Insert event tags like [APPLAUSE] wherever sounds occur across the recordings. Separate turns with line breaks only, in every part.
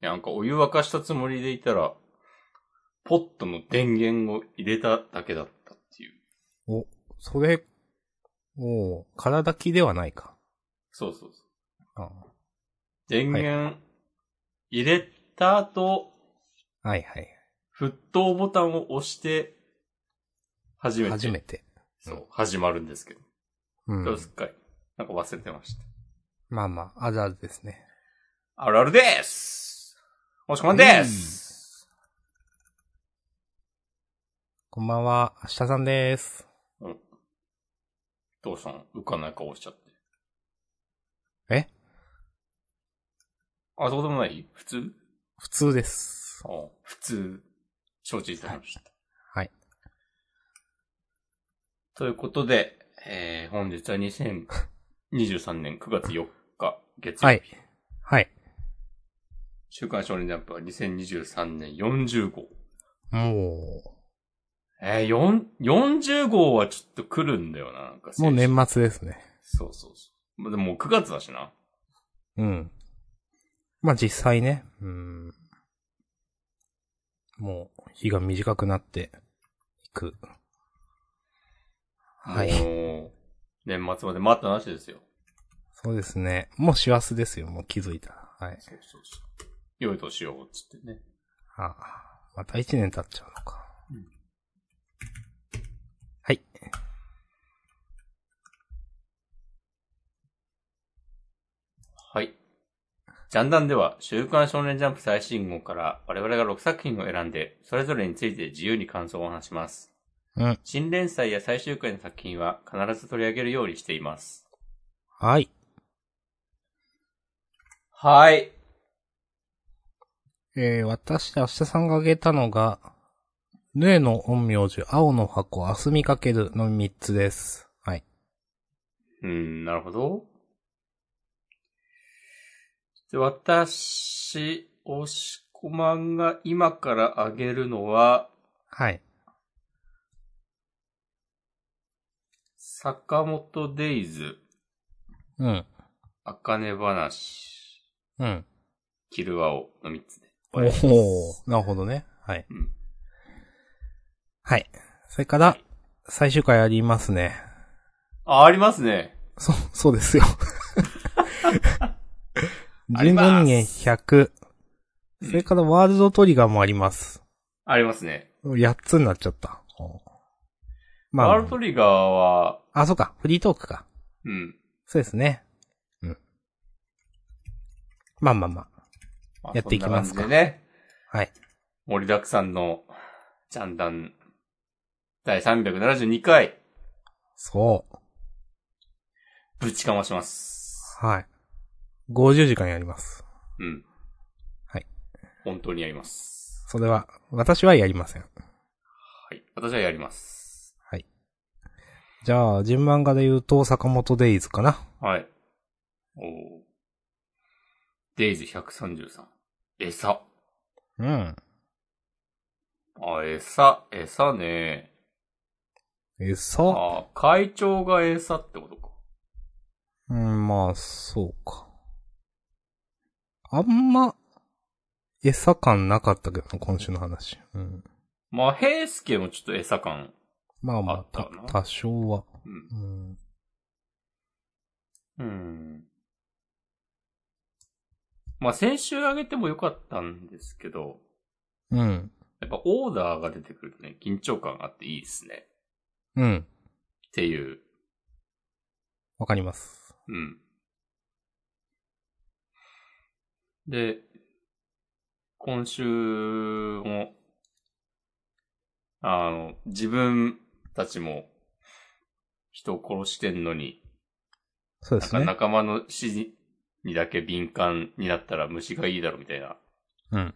や、なんかお湯沸かしたつもりでいたら、ポットの電源を入れただけだったっていう。
それ、もう、体きではないか。
そうそうそう。
あ
電源入れた後、
あはいはい。
沸騰ボタンを押して、初めて。
初めて。
そう、始まるんですけど。
うん
今日すっかり。なんか忘れてました。
まあまあ、あるあるですね。
あるあるですもしこまんです、
こんばんは、明日さんです。
どうしたの浮かない顔しちゃって。
え
あ、そうでもない普通
普通です。
あ普通。承知いたしました。
はい。
ということで、えー、本日は2023年9月4日、月曜日。
はい。はい。
週刊少年ジャンプは2023年40号。
も
えー、4、40号はちょっと来るんだよな、なんか。
う、もう年末ですね。
そうそうそう。まあでももう9月だしな。
うん。まあ実際ね、うん。もう、日が短くなっていく。はい。
もう、年末まで待ったなしですよ。
そうですね。もう師走ですよ、もう気づいたら。はい。
そうそうそう。良い年を、つってね。
ああ、また一年経っちゃうのか。はい。
はい。ジャンダンでは、週刊少年ジャンプ最新号から我々が6作品を選んで、それぞれについて自由に感想を話します。
うん。
新連載や最終回の作品は必ず取り上げるようにしています。
はい。
はい。
えー、私、明日さんが挙げたのが、ヌエの陰陽師、青の箱、明日見かけるの3つです。はい。
うん、なるほど。で私、押し込まんが今からあげるのは、
はい。
坂本デイズ、
うん。
あかね話、
うん。
キルアオの3つで。
おー、なるほどね。はい。
うん
はい。それから、最終回ありますね。
あ、ありますね。
そう、そ
[LAUGHS]
うですよ。
あり
人
ます
造人間100。それからワールドトリガーもあります。
ありますね。
8つになっちゃった。ま
ワール
あ
ド、トリガーは、
あ、そうか、フリートークか。
うん。
そうですね。うん。まあまあま
まあ
やっていきますか
そんな感じでね。
あ。はい。
盛りだくさんの、ジャンダン、第372回、
そう。
ぶちかまします。
はい。50時間やります。
うん。
はい。
本当にやります。
それは、私はやりません。
はい。私はやります。
じゃあ、順番から言うと、坂本デイズかな。
はい。おーデイズ133。餌。
うん。
あ、餌、餌ね。
え、そ
あ、会長が餌ってことか。
う。うん、まあ、そうか。あんま、餌感なかったけどな、今週の話。うん。
まあ、平助もちょっと餌感。
まあまあ、
あ
た
ったな
多少は。
うん。
う
う
ん。
ん。まあ、先週あげてもよかったんですけど、
うん。
やっぱオーダーが出てくるとね、緊張感があっていいですね。
うん。
っていう。
わかります。
うん。で、今週も、あの、自分たちも人を殺してんのに、
そうで
なん
す
か
ね。
仲間の指示にだけ敏感になったら虫がいいだろみたいな
うん。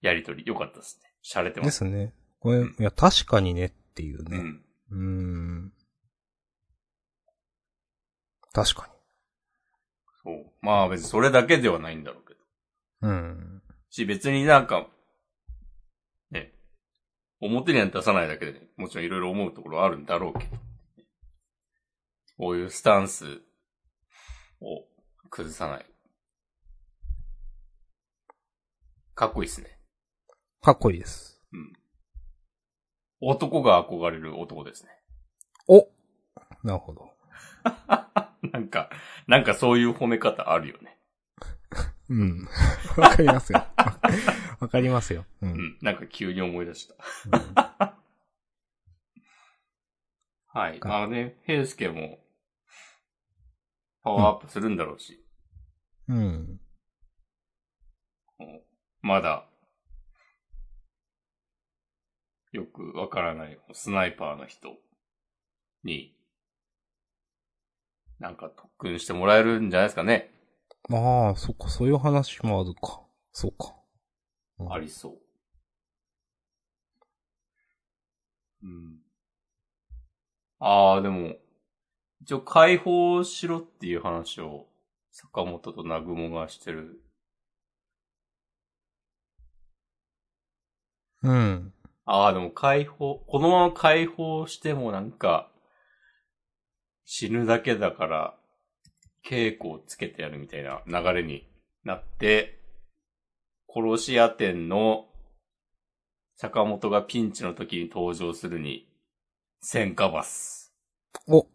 やりとり、良かったですね。洒落てま。
ですすね。これ、
うん
いや、確かにねっていう
う
ね。
ん。
うーん。確か
そう。まあ別にそれだけではないんだろうけど。
に。うん。
し、別になんか、ね、表には出さないだけでね、もちろんいろいろ思うところはあるんだろうけど、こういうスタンスを崩さない。かっこいいですね。
かっこいいです。
男が憧れる男ですね。 [LAUGHS]
おなるほど。
なんか、なんかそういう褒め方あるよね。
うん。 [LAUGHS] わかりますよ。 [LAUGHS] わかりますよ。う。
うんん。なんか急に思い出した。はい。
か
まあね、平介も、パワーアップするんだろうし、
うん。
まだ、よくわからないスナイパーの人に、なんか特訓してもらえるんじゃないですかね。
ああ、そっか、そういう話もあるか。そうか。うん
ありそう。うん。ああ、でも、一応解放しろっていう話を、坂本と南雲がしてる。
うん。
ああ、でも解放、このまま解放してもなんか、死ぬだけだから、稽古をつけてやるみたいな流れになって、殺し屋店の坂本がピンチの時に登場するに、戦火バス。
お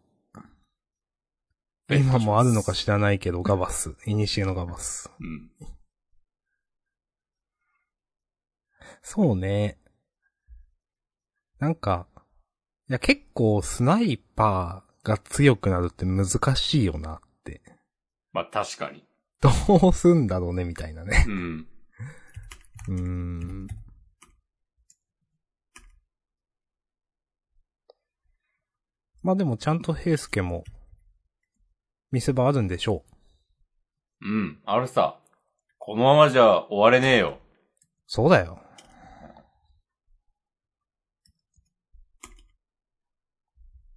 今もあるのか知らないけど、ガバス。イニシエのガバス。
うん。
そうね。なんか、いや結構スナイパーが強くなるって難しいよなって。 [LAUGHS]
まあ確かに。
どうすんだろうね、みたいなね。
うん。
うーん。まあでもちゃんと平介も、見せ場あるんでしょう。
うん。あるさ。このままじゃ終われねえよ。
そうだよ。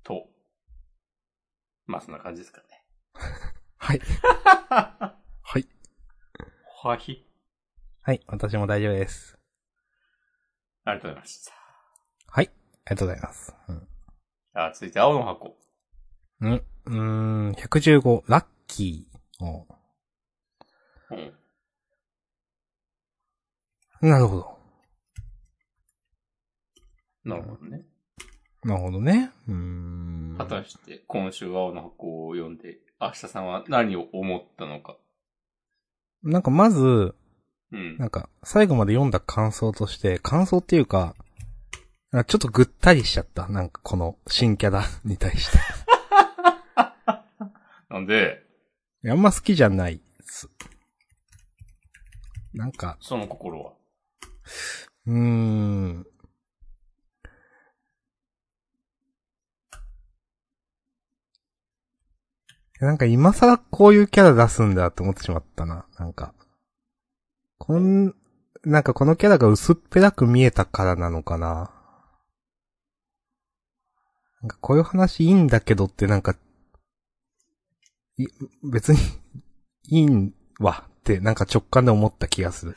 と。まあそんな感じですかね。
はい。はい。
はい。
はい、私も大丈夫です。
ありがとうございました。
はい。ありがとうございます。うん
じゃあ、続いて青の箱。
うん。うーん、115、ラッキー。
う
お
ん。
なるほど。
なるほどね。
なるほどね。うーん。
果たして、今週青の箱を読んで、明日さんは何を思ったのか。
なんかまず、
うん
な。んか、最後まで読んだ感想として、感想っていうか、なんかちょっとぐったりしちゃった。なんかこの新キャラに対して。
なんで、
あんま好きじゃないっす。なんか、
その心は。
うーん。なんか今更こういうキャラ出すんだって思ってしまったな。なんか。こん、なんかこのキャラが薄っぺらく見えたからなのかな。なんかこういう話いいんだけどってなんか、い、別に、いいんわってなんか直感で思った気がする。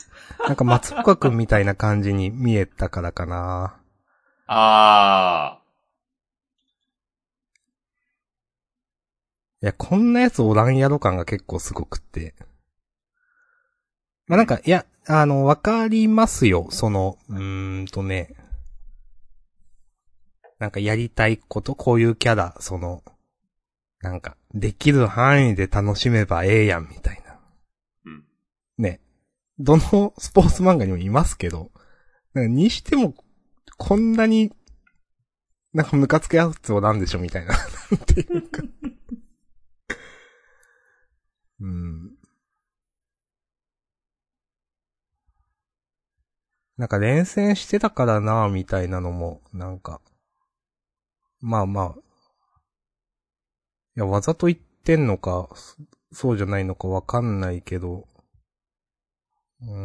なんか松岡くんみたいな感じに見えたからかな。
あ
いや、こんなやつおらんやろ感が結構すごくって。まあ、なんか、いや、あの、わかりますよ。その、うーんとね。なんかやりたいこと、こういうキャラ、その、なんか、できる範囲で楽しめばええやん、みたいな。
うん。
ね。どのスポーツ漫画にもいますけど、なんかにしても、こんなに、なんかムカつくやつおらんでしょ、みたいな。なんていうか。うん。なんか連戦してたからなみたいなのも、なんか、まあまあ、いや、わざと言ってんのか、そそうじゃないのかわかんないけど、うー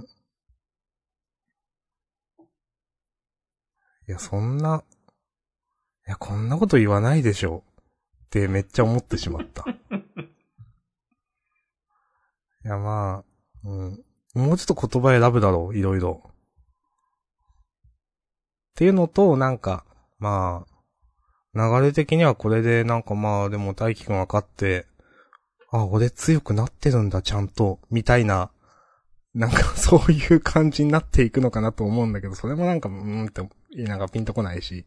ん。いや、そんな、いや、こんなこと言わないでしょ。ってめっちゃ思ってしまった。いや、まあ、うん。もうちょっと言葉選ぶだろう、いろいろ。っていうのと、なんか、まあ、流れ的にはこれで、なんかまあ、でも大輝くん分かって、あ、俺強くなってるんだ、ちゃんと、みたいななんか [LAUGHS] そういう感じになっていくのかなと思うんだけど、それもなんか、うーんって、なんかピンとこないし。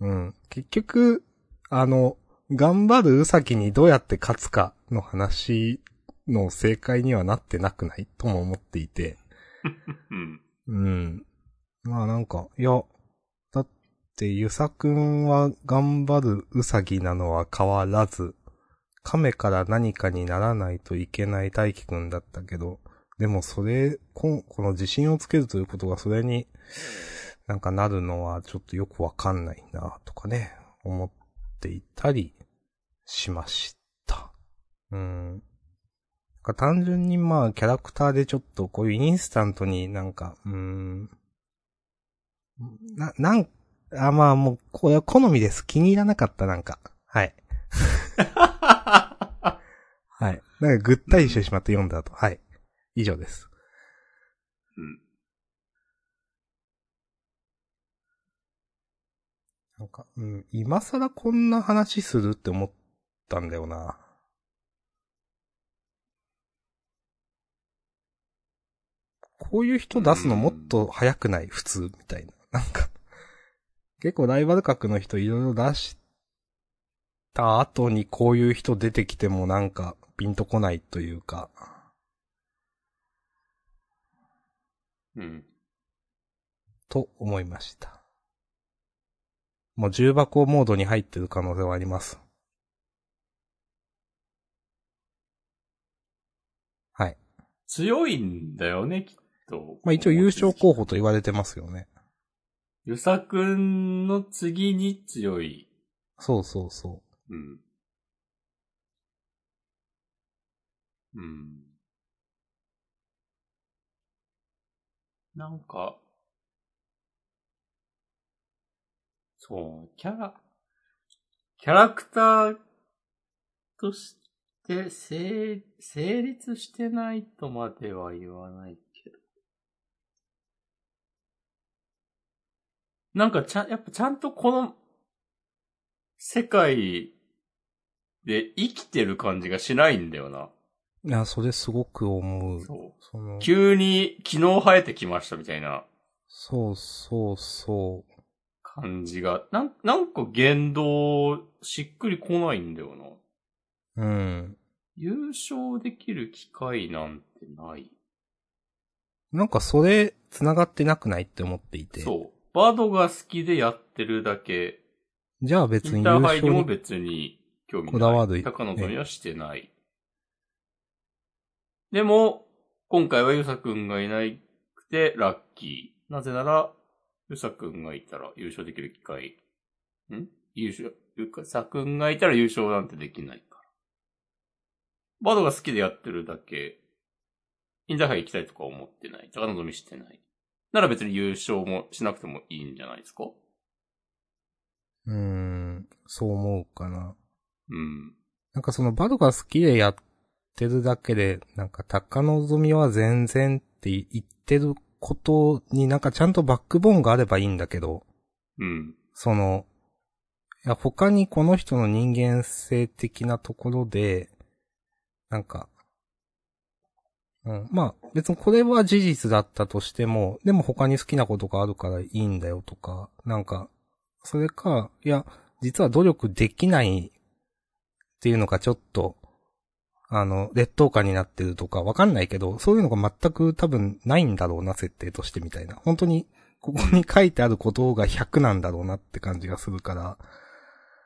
うん。
うん。結局、あの、頑張るうさきにどうやって勝つかの話の正解にはなってなくないとも思っていて。
うん。
うん。まあなんか、いや、だって、ゆさくんは頑張るうさぎなのは変わらず、亀から何かにならないといけない大輝くんだったけど、でもそれ、こんこの自信をつけるということがそれになんかなるのはちょっとよくわかんないな、とかね、思っていたりしました。うん。なんか単純にまあキャラクターでちょっとこういうインスタントになんか、うーん。な、なん、あ、まあもう、これは好みです。気に入らなかったなんか。はい。はい。なんかぐったりしてしまって読んだと。はい。以上です。
うん。
なんか、うん、今更こんな話するって思ったんだよな。こういう人出すのもっと早くない普通みたいな。なんか、結構ライバル格の人いろいろ出した後にこういう人出てきてもなんかピンとこないというか。
うん。
と思いました。もう重箱モードに入ってる可能性はあります。はい。
強いんだよね、きっと。
まあ一応優勝候補と言われてますよね。
ゆさくんの次に強い。
そうそうそ
うん。うん。なんか、そう、キャラ、キャラクターとして成成立してないとまでは言わないけど。なんかちゃん、やっぱちゃんとこの世界で生きてる感じがしないんだよな。
う。いや、それすごく思う。
そ
その
う。急に昨日生えてきましたみたいな
そうそうそ
感じが、なん、なんか言動しっくりこないんだよな。
う。うん。
優勝できる機会なんてない。
なんかそれ、繋がってなくないって思っていて。
そう。バドが好きでやってるだけ、
じゃあ別
イ
に
ン
優
ターハイ
勝
にも
に
別に興味ない。
こだわる
高野にはしてない。でも、今回はユサくんがいなくてラッキー。なぜなら、ユサくんがいたら優勝できる機会。ん優勝、ユサくんがいたら優勝なんてできないから。バドが好きでやってるだけ、インターハイ行きたいとか思ってない。高望みしてない。なら別に優勝もしなくてもいいんじゃないですか
うーん、そう思うかな。
うん。
なんかそのバドが好きでやってるだけで、なんか高望みは全然って言ってることになんかちゃんとバックボーンがあればいいんだけど、
うん。
その、いや他にこの人の人間性的なところで、なんか、うん、まあ別にこれは事実だったとしても、でも他に好きなことがあるからいいんだよとか、なんか、それか、いや、実は努力できないっていうのがちょっと、あの、劣等感になってるとかわかんないけど、そういうのが全く多分ないんだろうな、設定としてみたいな。本当に、ここに書いてあることが100なんだろうなって感じがするから、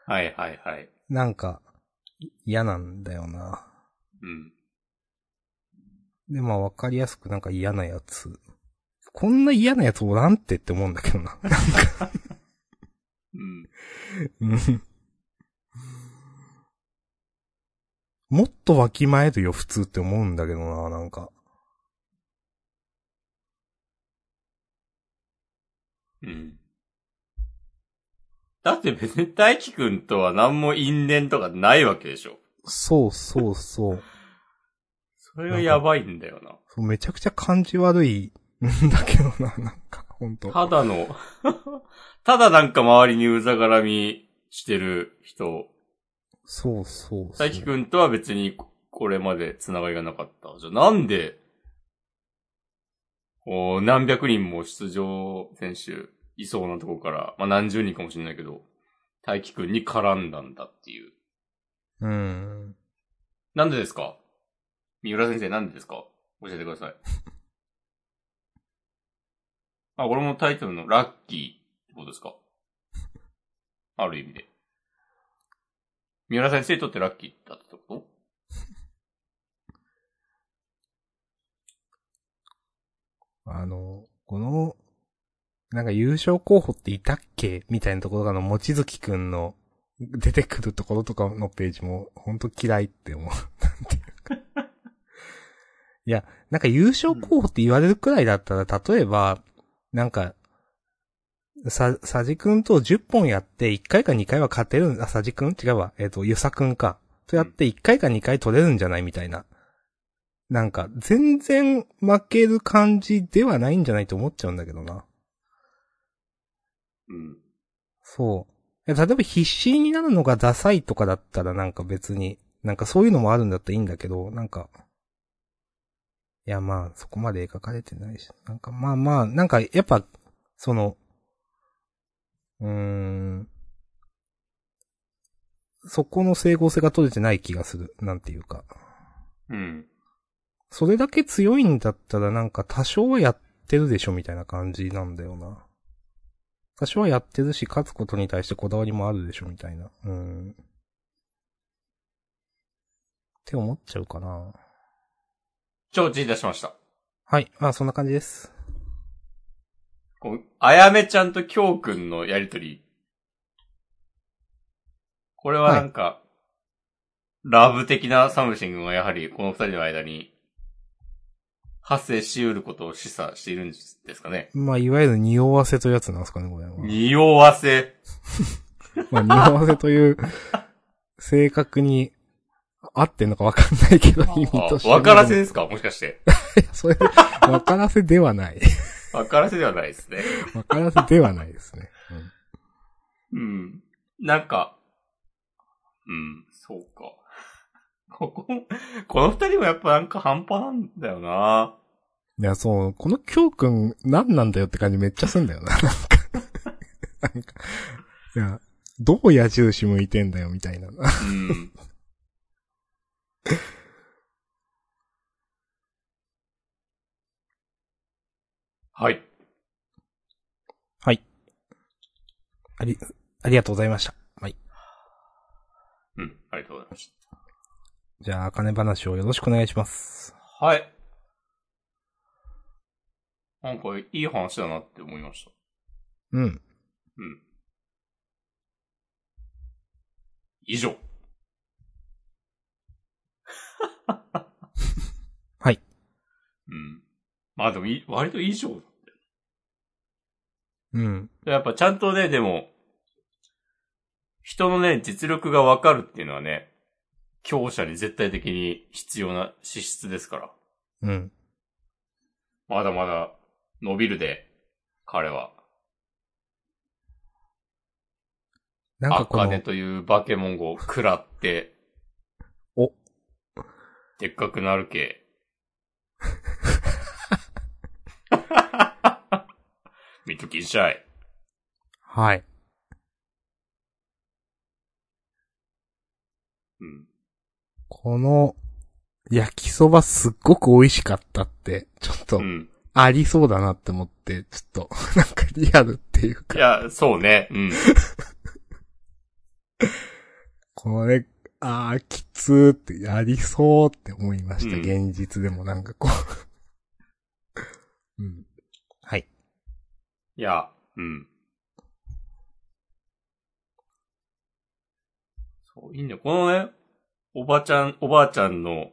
はいはいはい。
なんか、い嫌なんだよな。
うん。
で、まあわかりやすくなんか嫌なやつ。こんな嫌なやつおらんってって思うんだけどな。
うん。
うんもっとわきまえるよ、普通って思うんだけどな、なんか。
うん。だって別に大輝くんとは何も因縁とかないわけでしょ。
そうそうそう。
それがやばいんだよな。
そうめちゃくちゃ感じ悪いんだけどな、なんか、ほ [LAUGHS] んと。
ただの、 [LAUGHS] ただなんか周りにうざがらみしてる人。
そうそうそう。
大輝くんとは別にここれまでつながりがなかった。じゃあなんでこう、何百人も出場選手いそうなとこから、まあ何十人かもしれないけど、大輝くんに絡んだんだっていう。
うん。
なんでですか三浦先生なんでですか教えてください。 [LAUGHS] あ、これもタイトルのラッキーってことですかある意味で。三浦先生にとってラッキーだったってこと
あの、この、なんか優勝候補っていたっけみたいなところがあの、もちづきくんの出てくるところとかのページも、ほんと嫌いって思う。なんて [LAUGHS] いうか。いや、なんか優勝候補って言われるくらいだったら、例えば、なんか、さ、さじくんと10本やって、1回か2回は勝てる、あ、さじくん違うわ。えっ、と、ゆさくんか。とやって1回か2回取れるんじゃないみたいな。なんか、全然負ける感じではないんじゃないと思っちゃうんだけどな。
うん。
そう。いや例えば必死になるのがダサいとかだったらなんか別に、なんかそういうのもあるんだったらいいんだけど、なんか、いやまあそこまで描かれてないし、なんかまあまあ、なんかやっぱ、その、うーん、そこの整合性が取れてない気がする、なんていうか。
うん。
それだけ強いんだったらなんか多少はやってるでしょみたいな感じなんだよな。多少はやってるし、勝つことに対してこだわりもあるでしょみたいな。うん。って思っちゃうかな。
承知いたしました。
はい。まあそんな感じです。
こう、あやめちゃんときょうくんのやりとり。これはなんか、ラブ的なサムシングがやはりこの二人の間に発生し得ることを示唆しているんですかね。
まあいわゆる匂わせというやつなんですかね、これは。
匂わせ。
まあ匂わせ
[LAUGHS]
という、正確に合ってんのかわかんないけど、意味
あ
としては。
わからせですかもしかして。
[LAUGHS] それ、わからせではない。
わからせではないですね。
わからせではないですね。うん
うん。なんか、うん、そうか。ここ、この二人もやっぱなんか半端なんだよな。
いや、そう、この京くん、何なんだよって感じめっちゃすんだよな、なん [LAUGHS] か。なんか、いや、どう矢印向いてんだよ、みたいな。
うん。はい。
あり、ありがとうございました。
うん。ありがとうございまし
じゃあ、金話をよろしくお願いします。
た。はい。なんか、いい話だなって思いました。
うん。
うん。以上。
[LAUGHS] はい。
うん。まあでもい、割と以上だ
うん。
やっぱちゃんとね、でも、人のね、実力がわかるっていうのはね、強者に絶対的に必要な資質ですから。
うん。
まだまだ伸びるで、彼は。
なん
ア
かこ
カ
の
ネ、という化け物を食らって、
お
でっかくなるけ。
[LAUGHS]
[LAUGHS] 見ときんしゃい。
はい。
うん。
この、焼きそばすっごく美味しかったって、ちょっと
う、ん。
ありそうだなって思って、ちょっと、 [LAUGHS] なんかリアルっていう
い
か。
や、そうね。うん。
これ、あー、きつーって、やりそうって思いました。
うん
現実でもなんかこう。 [LAUGHS] うん。はい。
いや、うん。そう、いいんだよ。このね、おばちゃん、おばあちゃんの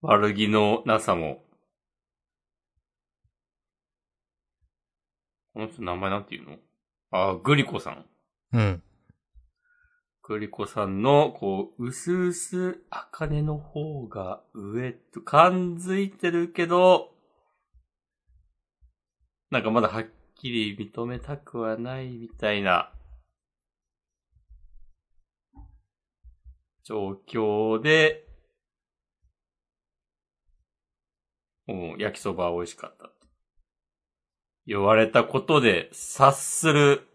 悪気のなさも、この人名前なんて言うのあ、グリコさん。
うん。
グリコさんの、こう、うすうす、あかねの方が上と、感づいてるけど、なんかまだはっきり認めたくはないみたいな、状況で、もう焼きそばは美味しかったって。言われたことで察する。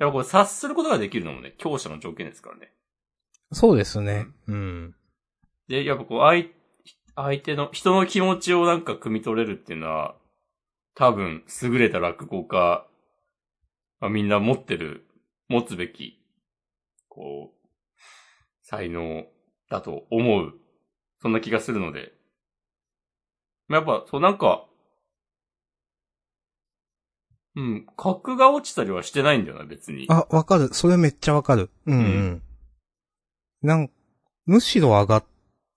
いや、これ察することができるのもね、強者の条件ですからね。
そうですね。うん。
で、やっぱこう、相、相手の、人の気持ちをなんか汲み取れるっていうのは、多分、優れた落語家、まあ、みんな持ってる、持つべき、こう、才能だと思う。そんな気がするので。まあやっぱ、そうなんか、うん、格が落ちたりはしてないんだよな、別に。
あ、わかる。それめっちゃわかる。うん、うん。なん、むしろ上がっ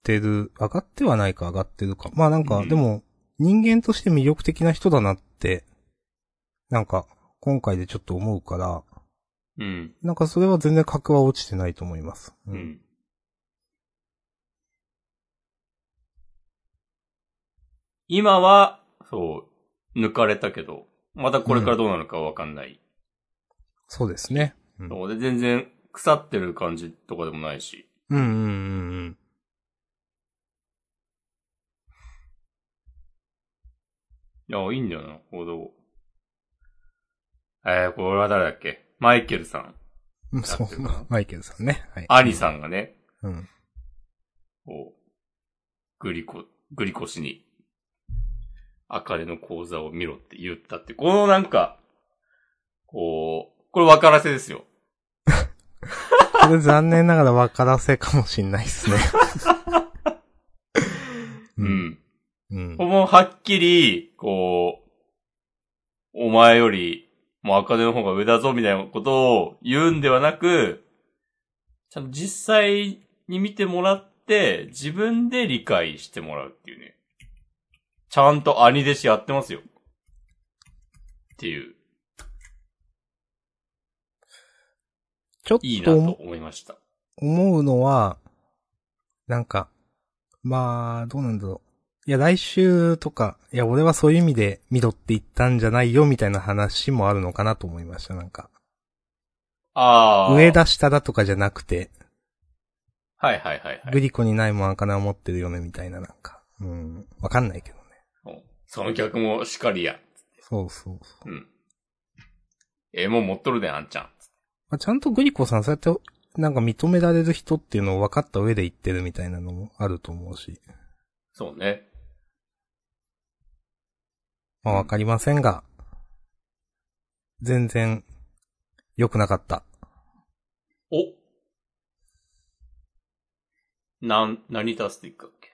てる、上がってはないか上がってるか。まあなんか、
うん
でも、人間として魅力的な人だなって、なんか、今回でちょっと思うから、
うん。
なんかそれは全然格は落ちてないと思います。う。
うんん。今は、そう、抜かれたけど、またこれからどうなるかわかんない。
そうですね。うん
そうで、全然腐ってる感じとかでもないし。
うんうんうんうん。
いや、いいんだよな、報道。えー、これは誰だっけマイケルさん。
うんそう
なってるかな、
マイケルさんね。はい。
アニさんがね、
うん。
こう、グリコ、グリコ氏に、アカレの講座を見ろって言ったって、このなんか、こう、これ分からせですよ。
これ残念ながら分からせかもしんないで
[LAUGHS]
すね。
う。ん。
う
こ。
ん
こもはっきり、こう、お前より、もうアカデの方が上だぞみたいなことを言うんではなく、ちゃんと実際に見てもらって、自分で理解してもらうっていうね。ちゃんと兄弟子やってますよ。っていう、
ちょっ
いいな
と
と
思
思いました。
思うのは、なんか、まあ、どうなんだろう。いや、来週とか、いや、俺はそういう意味で見ろって言ったんじゃないよ、みたいな話もあるのかなと思いました、なんか。
ああ。
上。だ下だとかじゃなくて、
はいはいはいは
グ
い。
リコにないもん赤を持ってるよね、みたいな、なんか。うん。わかんないけどね。
その客もしかりや。
そうそうそう。
うん。ええもん持っとるで、あんちゃん。
まあ、ちゃんとグリコさん、そうやって、なんか認められる人っていうのを分かった上で言ってるみたいなのもあると思うし。
そうね。
まあわかりませんが、全然、良くなかった。
おなん、何足していくかっけ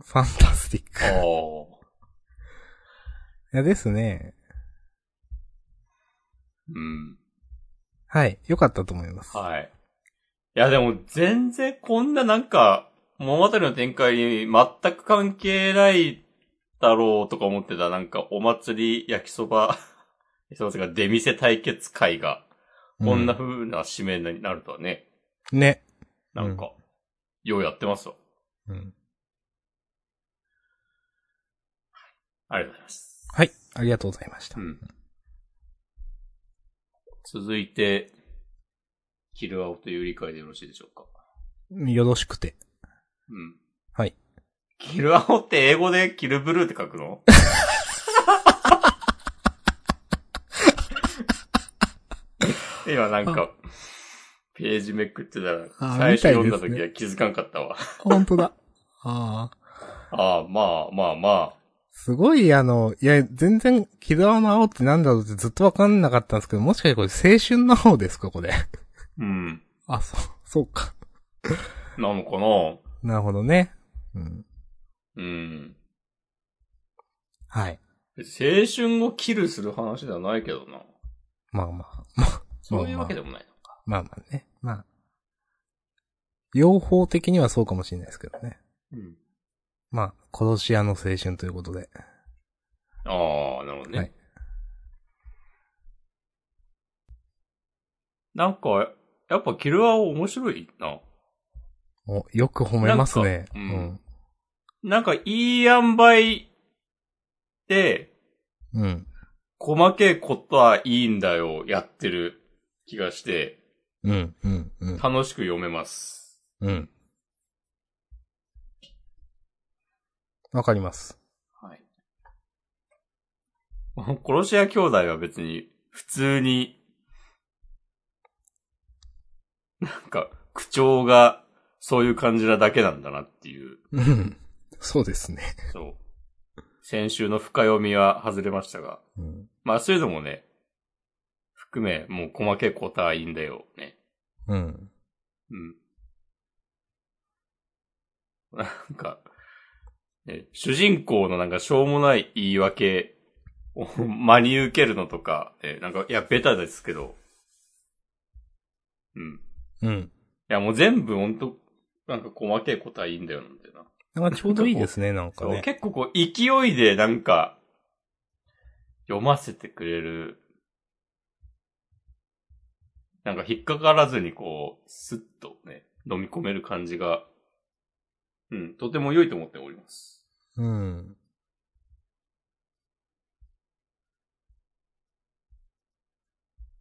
ファンタスティック。
あ
い
あ。
やですね。
うん。
はい。良かったと思います。
はい。いやでも全然こんななんか、物語の展開に全く関係ないだろうとか思ってたなんかお祭り焼きそば、 [LAUGHS] 焼きそばというか出店対決会が、こんな風な締めになるとはね、
うんね。
なんか、ようやってますわ。
うん。
ありがとうございます。
はい。ありがとうございました。
うん。続いて、キルアオという理解でよろしいでしょうか。
よろしくて。
うん。
はい。
キルアオって英語でキルブルーって書く [LAUGHS] の今なんか、ページめくってたら、
あ
最初読んだ
みたい
時
です
は気づかんかったわ。
本当だ。ああ。
ああ、まあまあまあ。
すごい、あの、いや、全然、木沢の青ってなんだろうってずっとわかんなかったんですけど、もしかしてこれ青春の青ですか、これ。
うん。
あ、そう、そうか。
なのかな
なるほどね。うん。
うん。
はい。
別に青春をキルする話ではないけどな。
まあまあ、まあ、
そういうわけでもない。
まあまあね。まあ。用法的にはそうかもしれないですけどね。
うん。
まあ、殺し屋の青春ということで。
ああ、なるほどね。
はい
なんか、やっぱキルアオ面白いな。
お、よく褒めます
なん
ね。
かうんなんかいい塩梅で、
うん。うん。
細けいことはいいんだよ、やってる気がして、
うん。うん。うん。
楽しく読めます。
うん。わかります。
はい。殺し屋兄弟は別に、普通に、なんか、口調が、そういう感じなだけなんだなっていう、
うん。そうですね。
そう。先週の深読みは外れましたが、
うん。
まあそういうのもね、含め、もう細けいことはいいんだよ、ね。
うん。
うん。 [LAUGHS] なんか、ね、主人公のなんかしょうもない言い訳を真に受けるのとか、ね、なんか、いや、ベタですけど、うん。
うん。
いや、もう全部ほんと、なんか細けいことはいいんだよ、なんだよな。
なんかちょうどいいですね、なんか
そう、
ね。
結構こう、勢いでなんか、読ませてくれる。なんか引っかからずにこう、スッとね、飲み込める感じが、うん、とても良いと思っております。
うん。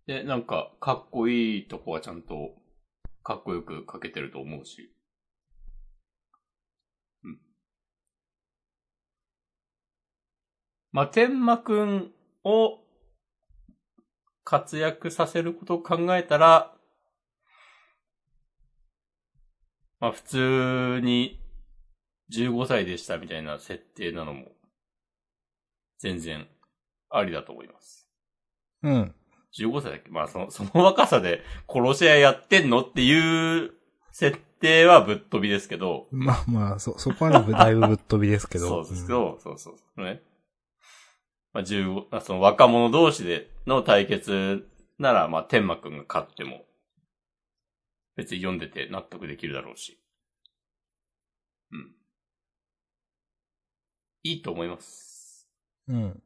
で、なんか、かっこいいとこはちゃんと、かっこよく書けてると思うし。うん。まあ、天馬くんを活躍させることを考えたら、まあ、普通に15歳でしたみたいな設定なのも、全然ありだと思います。
うん。
15歳だっけまあ、そ [LAUGHS] の、その若さで殺し屋やってんのっていう設定はぶっ飛びですけど、
まあまあ、そ、そこはねだいぶぶっ飛びですけ
[LAUGHS]
ど。
そうですけど、そうそうそう。ね。まあ、15あ、その若者同士での対決なら、まあ、天馬くんが勝っても、別に読んでて納得できるだろうし。うん。いいと思います。
うん。うん。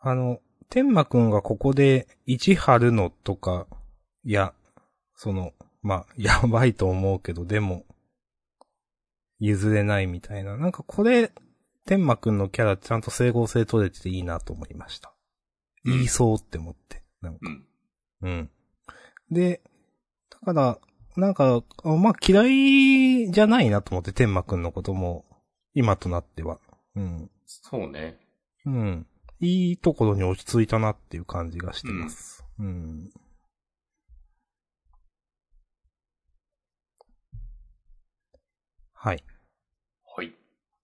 あの、天馬くんがここで、市春のとか、いや、その、まあ、 [LAUGHS] やばいと思うけど、でも、譲れないみたいな。なんかこれ、天馬くんのキャラちゃんと整合性取れてていいなと思いました。
うん
言いそうって思って。なんか
うん。
うん。で、だから、なんか、あまあ嫌いじゃないなと思って、天馬くんのことも、今となっては。うん。
そうね。
うん。いいところに落ち着いたなっていう感じがしてます。うん。はい。
はい。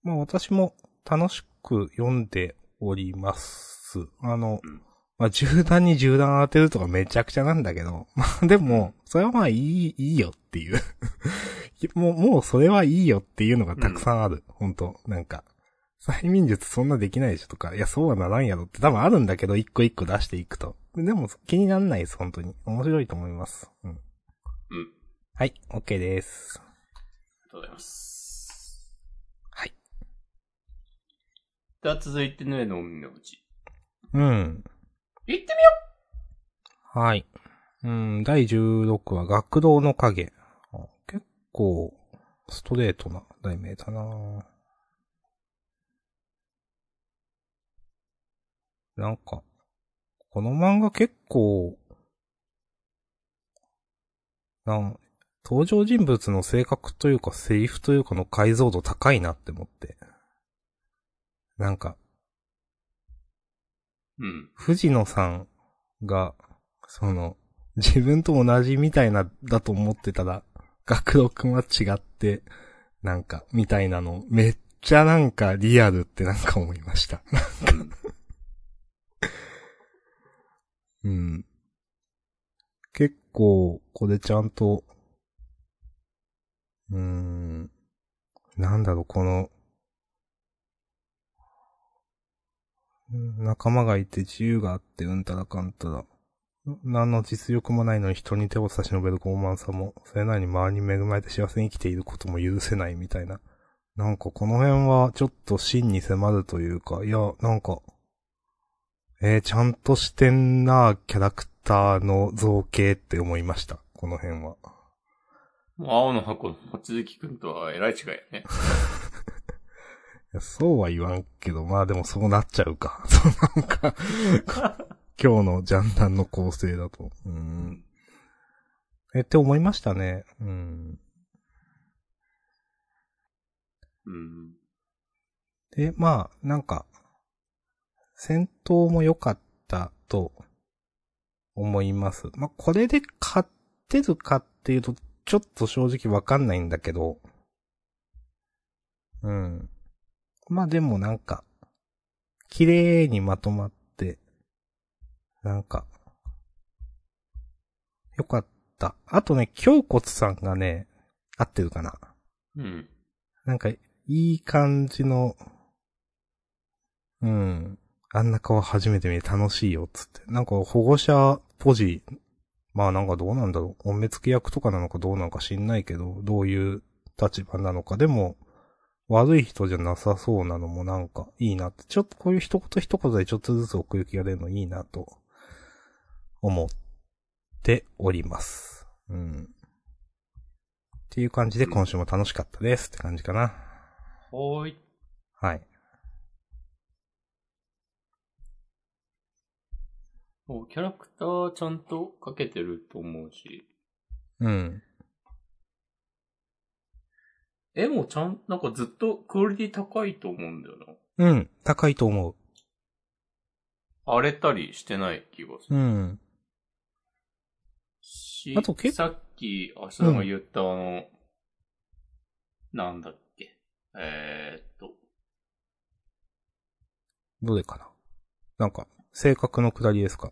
まあ私も楽しく読んでおります。あの、
うん
まあ銃弾に銃弾当てるとかめちゃくちゃなんだけど、 [LAUGHS] まあでも、それはまあいい、いいよっていう。 [LAUGHS] もう、もうそれはいいよっていうのがたくさんある。本当なんか。催眠術そんなできないでしょとか、いや、そうはならんやろって多分あるんだけど、一個一個出していくと。でも気にならないです、本当に。面白いと思います。うん。
うん。
はい、OK です。
ありがとうございます。
はい。
では続いてね、のみのうち。
うん。
行って
はい。うん、第16話、学童の影。あ結構、ストレートな題名だななんか、この漫画結構、なん、登場人物の性格というかセリフというかの解像度高いなって思って。なんか、
みよ
藤野さんが、その、自分と同じみたいな、だと思ってたら、学童くんは違って、なんか、みたいなの、めっちゃなんかリアルってなんか思いました。
う。うん。
うん。結構、これちゃんと、うーん、なんだろう、この、うん仲間がいて自由があってうんたらかんたら、ん何の実力もないのに人に手を差し伸べる傲慢さも、それなのに周りに恵まれて幸せに生きていることも許せないみたいな。なんかこの辺はちょっと真に迫るというか、いや、なんか、えーちゃんとしてんな、キャラクターの造形って思いました。この辺は。
もう青の箱の望月くんとはえらい違いやね。
いやそうは言わんけど、まあでもそうなっちゃうか。 [LAUGHS] そうなんか、今日のジャンダンの構成だと。うん。え、って思いましたね。うん。
うん。
で、まあ、なんか、戦闘も良かったと思います。まあ、これで勝ってるかっていうと、ちょっと正直わかんないんだけど、うん。まあ、でもなんか、綺麗にまとまって、なんか、良かった。あとね、京骨さんがね、合ってるかな。
うん。
なんか、いい感じの、うん。あんな顔初めて見て楽しいよ、つって。なんか、保護者ポジ、まあなんかどうなんだろう。お目付け役とかなのかどうなのか知んないけど、どういう立場なのか。でも、悪い人じゃなさそうなのもなんかいいなって。ちょっとこういう一言一言でちょっとずつ奥行きが出るのいいなと、思っております。うん。っていう感じで今週も楽しかったですって感じかな。
ほーい。
はい。
そうキャラクターちゃんと描けてると思うし、
うん。
絵もちゃん、なんかずっとクオリティ高いと思うんだよな。
うん。高いと思う。
荒れたりしてない気がする。
うん。
し、
あと結
さっき、あさんが言ったあの、なんだっけ、えー、っと、
どれかな。なんか、性格のくだりですか。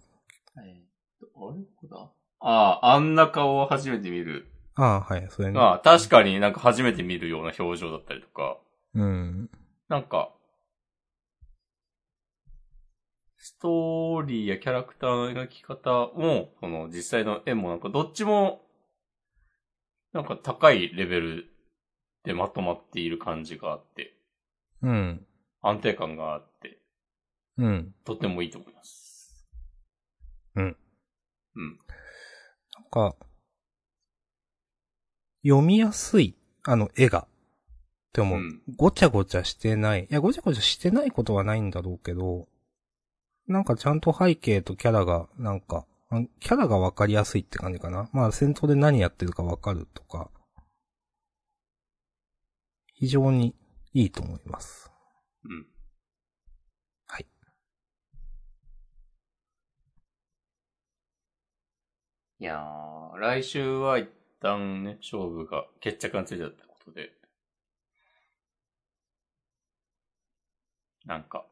えー、っと、あれこれだああ、あんな顔を初めて見る。
ああ、はい、それね。
まあ、確かになんか初めて見るような表情だったりとか、
うん。
なんか、ストーリーやキャラクターの描き方も、その実際の絵もなんかどっちも、なんか高いレベルでまとまっている感じがあって、
うん。
安定感があって、
うん。
とってもいいと思います。
うん。
うん。
なんか、読みやすい、あの、絵が。って思う。
うん
ごちゃごちゃしてない。いや、ごちゃごちゃしてないことはないんだろうけど、なんかちゃんと背景とキャラが、なんか、あキャラがわかりやすいって感じかな。まあ、戦闘で何やってるかわかるとか、非常にいいと思います。
うん。
はい。
いやー、来週は一旦ね、勝負が決着がついたってことで。なんか、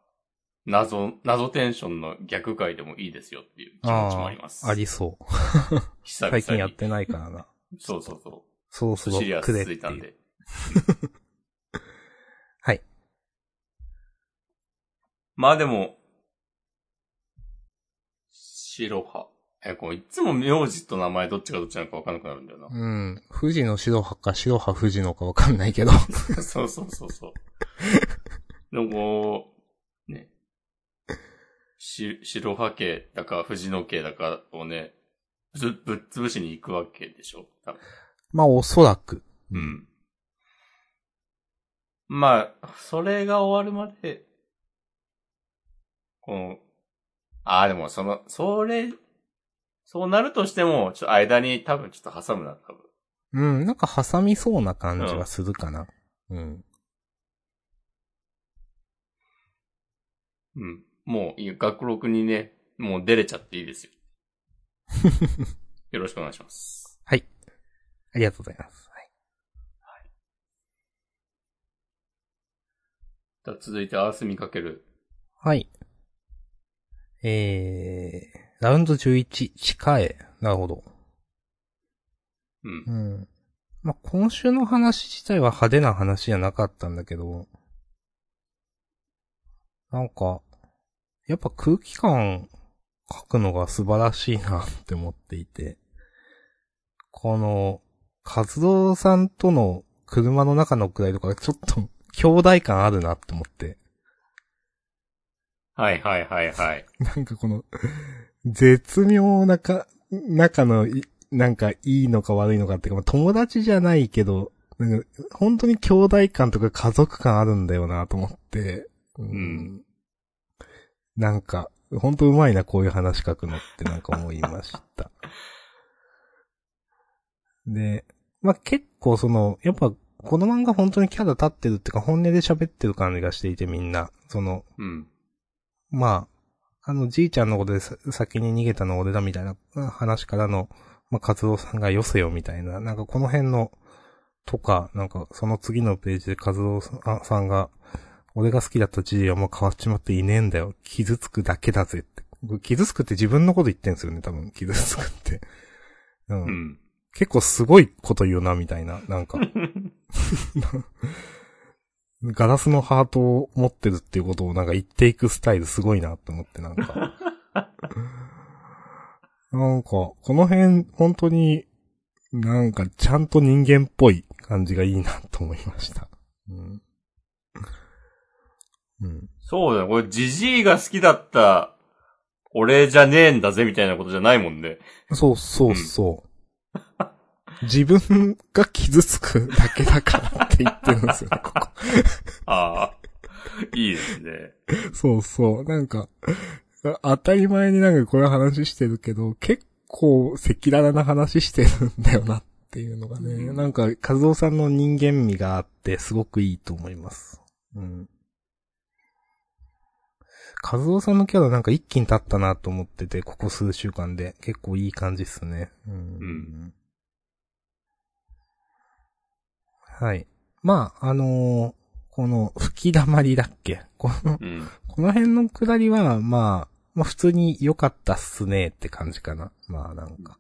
謎、謎テンションの逆回でもいいですよっていう気持ちもあります。
あーありそう。
久々
最
に。
近やってないからな。
そうそうそ。
そろそうろ
シリア
く
ス
れっ
つ
て
いたん
いう。
で。
[LAUGHS] はい。
まあでも、白派。え、こう、いつも名字と名前どっちがどっちなのか分かんなくなるんだよな。
うん。富士の白派か白派富士のかわかんないけど。 [LAUGHS]
[LAUGHS] そうそうそうそう。でもこう、ね。し、白派系だか、藤野系だかをね、ぶぶっ潰しに行くわけでしょ。多分
まあ、おそらく。
うん。まあ、それが終わるまで、この、ああ、でもその、それ、そうなるとしても、ちょっと間に多分ちょっと挟むな、多分。
うん、なんか挟みそうな感じはするかな。うん。
うん。もういいよ、学録にね、もう出れちゃっていいですよ。よろしくお願いします。 [LAUGHS]
はい。ありがとうございます。はい
じゃあ続いて、アース見かける。
はい。えー、ラウンド11、近い。なるほど。
うん
う。ん。まあ、今週の話自体は派手な話じゃなかったんだけど、なんか、やっぱ空気感書くのが素晴らしいなって思っていて、この、活動さんとの車の中のくらいとか、ちょっと兄弟感あるなって思って、
はいはいはいはい。。
[LAUGHS] なんかこの、絶妙なか、中のい、なんかいいのか悪いのかっていうか、まあ友達じゃないけど、なんか本当に兄弟感とか家族感あるんだよなと思って、うんなんか、本当うまいな、こういう話書くのってなんか思いました。 [LAUGHS] で、まあ、結構その、やっぱ、この漫画本当にキャラ立ってるっていうか、本音で喋ってる感じがしていてみんな、その、
うん。
まあ、あの、じいちゃんのことでさ先に逃げたの俺だみたいなうん話からの、まあ、カツオさんがよせよみたいな、なんかこの辺の、とか、なんかその次のページでカツオさんが、俺が好きだったじいはもう変わっちまっていねえんだよ。傷つくだけだぜって。僕傷つくって自分のこと言ってんすよね、多分。傷つくって。うん
うん。
結構すごいこと言うな、みたいな、なんか。ガラスのハートを持ってるっていうことをなんか言っていくスタイルすごいなって思って、なんか。なんか、この辺、本当に、なんか、ちゃんと人間っぽい感じがいいなと思いました。うん。うん。
そうだね。これ、ジジイが好きだった、俺じゃねえんだぜ、みたいなことじゃないもんね。
そうそうそう。自分が傷つくだけだからって言ってるんですよね、ここ。
ああ。いいですね。
[LAUGHS] そうそう。なんか、当たり前になんかこういう話してるけど、結構赤裸々な話してるんだよなっていうのがね、
うん
なんか、和夫さんの人間味があって、すごくいいと思います。うん。和夫さんのキャラなんか一気に立ったなと思ってて、ここ数週間で。結構いい感じっすね。うん。
うん
はい。まあ、あのーこの、吹き溜まりだっけこの、
うん。
この辺のくだりは、まあ、まあ普通に良かったっすねって感じかな。まあなんか。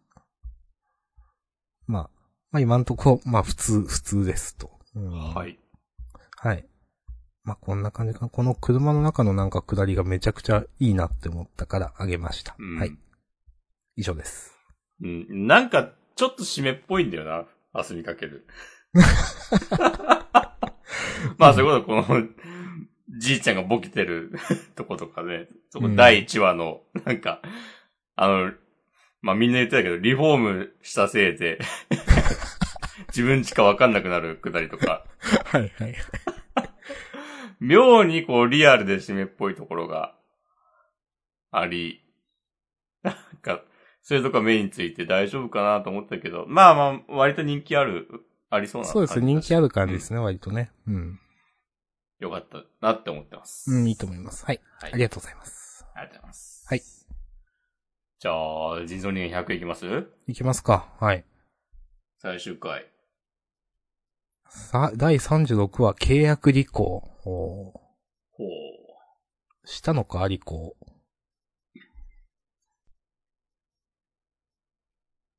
まあ、まあ今んとこ、まあ普通、普通ですと。うん
は。い。
はい。まあこんな感じかな。この車の中のなんかくだりがめちゃくちゃいいなって思ったからあげました。
うん
はい。以上です。
うん。なんか、ちょっと締めっぽいんだよな。遊びかけ
[LAUGHS]
る。まあ、そういうこと、この、じいちゃんがボケてる [LAUGHS] とことかね。そこ、
うん
第1話の、なんか、あの、まあみんな言ってたけど、リフォームしたせいで、 [LAUGHS] 自分ちかわかんなくなるくだりとか、
はいはい。
妙にこうリアルで締めっぽいところがあり、なんか、そういうとこが目について大丈夫かなと思ったけど、まあまあ、割と人気ある、ありそうな
[LAUGHS] そうですね。人気
あ
ある感じですね、割とね。うん。
よかったなって思ってます。
うん、いいと思います。はい。
はい
ありがとうございます。
ありがとうございます。
はい。
じゃあ、人造人間100いきます
いきますか。はい。
最終回。
さ、第36話、契約履行。おー
ほう。
したのか、アリコ。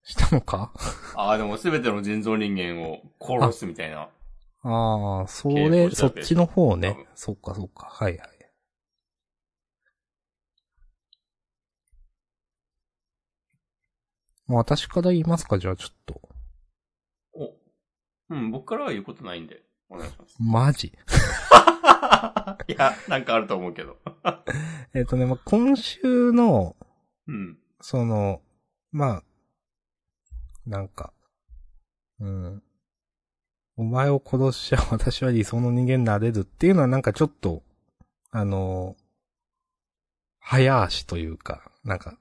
したのか [LAUGHS]
ああ、でもすべての人造人間を殺すみたいな。
ああ、そ
契約
れ、
をした
そ
わ
っ
けでしょ
ちの方
多
ね
分。
そっかそっか。はいはい。まあ私から言いますか、じゃあちょっと。
お。うん、僕からは言うことないんで、お願いします。
マジ。
[LAUGHS] いや、なんかあると思うけど。
えっ、とね、まあ、今週の、
うん。
その、まあ、なんか、うん。お前を殺しちゃ私は理想の人間になれるっていうのはなんかちょっと、あの早足というか、なんか、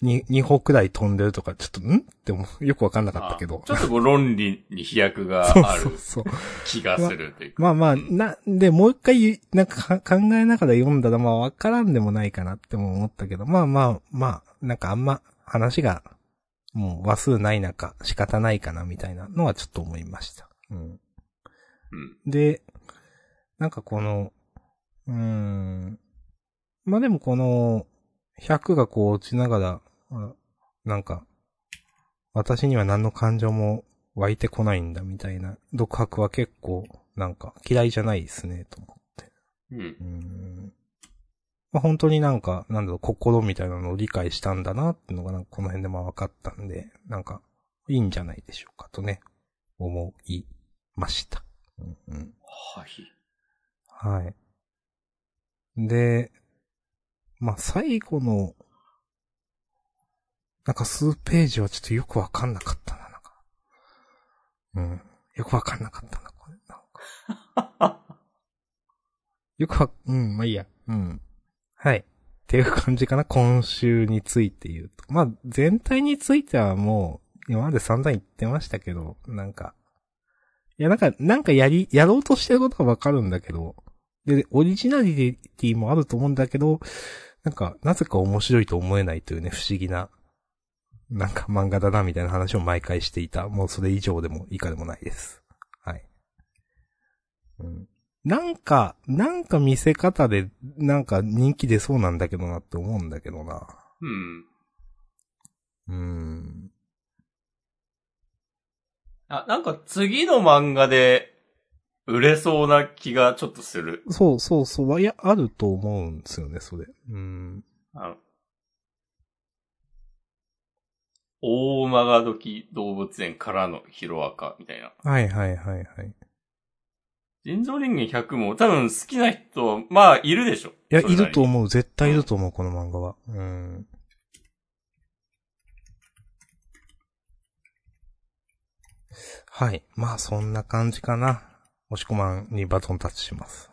に、2歩くらい飛んでるとか、ちょっと、んって思うよくわかんなかったけど
あ。ちょっとこう論理に飛躍が
[LAUGHS] そう
あ
そ
る
うそう。
気がするというか。
まあまあ、
うん
な、で、もう一回言う、なんかか考えながら読んだら、まあわからんでもないかなっても思ったけど、まあまあ、まあ、なんかあんま話が、もう話数ない中仕方ないかなみたいなのはちょっと思いました。うん。
うん。
で、なんかこの、うーん。まあでもこの、100がこう落ちながら、あなんか、私には何の感情も湧いてこないんだみたいな、独白は結構、なんか嫌いじゃないですね、と思って。
うん
う。ーん。まあ本当になんか、なんだろう、心みたいなのを理解したんだなっていうのが、なんかこの辺でまあ分かったんで、なんか、いいんじゃないでしょうかとね、思いました。うんうん
はい。
はい。で、まあ、最後の、なんか数ページはちょっとよくわかんなかったな、なんか。うん。よくわかんなかったな、これ。なんかよくわ、うん、まあいいや。うん。はい。っていう感じかな、今週について言うと。まあ、全体についてはもう、今まで散々言ってましたけど、なんか。いや、なんか、なんかやり、やろうとしてることはわかるんだけど、いやで、オリジナリティもあると思うんだけど、なんか、なぜか面白いと思えないというね、不思議な、なんか漫画だな、みたいな話を毎回していた。もうそれ以上でも以下でもないです。はい。うん。なんか、なんか見せ方で、なんか人気出そうなんだけどなって思うんだけどな。
うん。
うん。
あ、なんか次の漫画で売れそうな気がちょっとする。
そうそうそう。いや、あると思うんですよね、それ。うん。
あの、大曲が時動物園からのヒロアカみたいな。
はいはいはいはい。
人造人間100も多分好きな人は、まあ、いるでしょ。
いや、
それ
い
なりに
ると思う。絶対いると思う、この漫画は。うん。はい。まあ、そんな感じかな。押し込まんにバトンタッチします。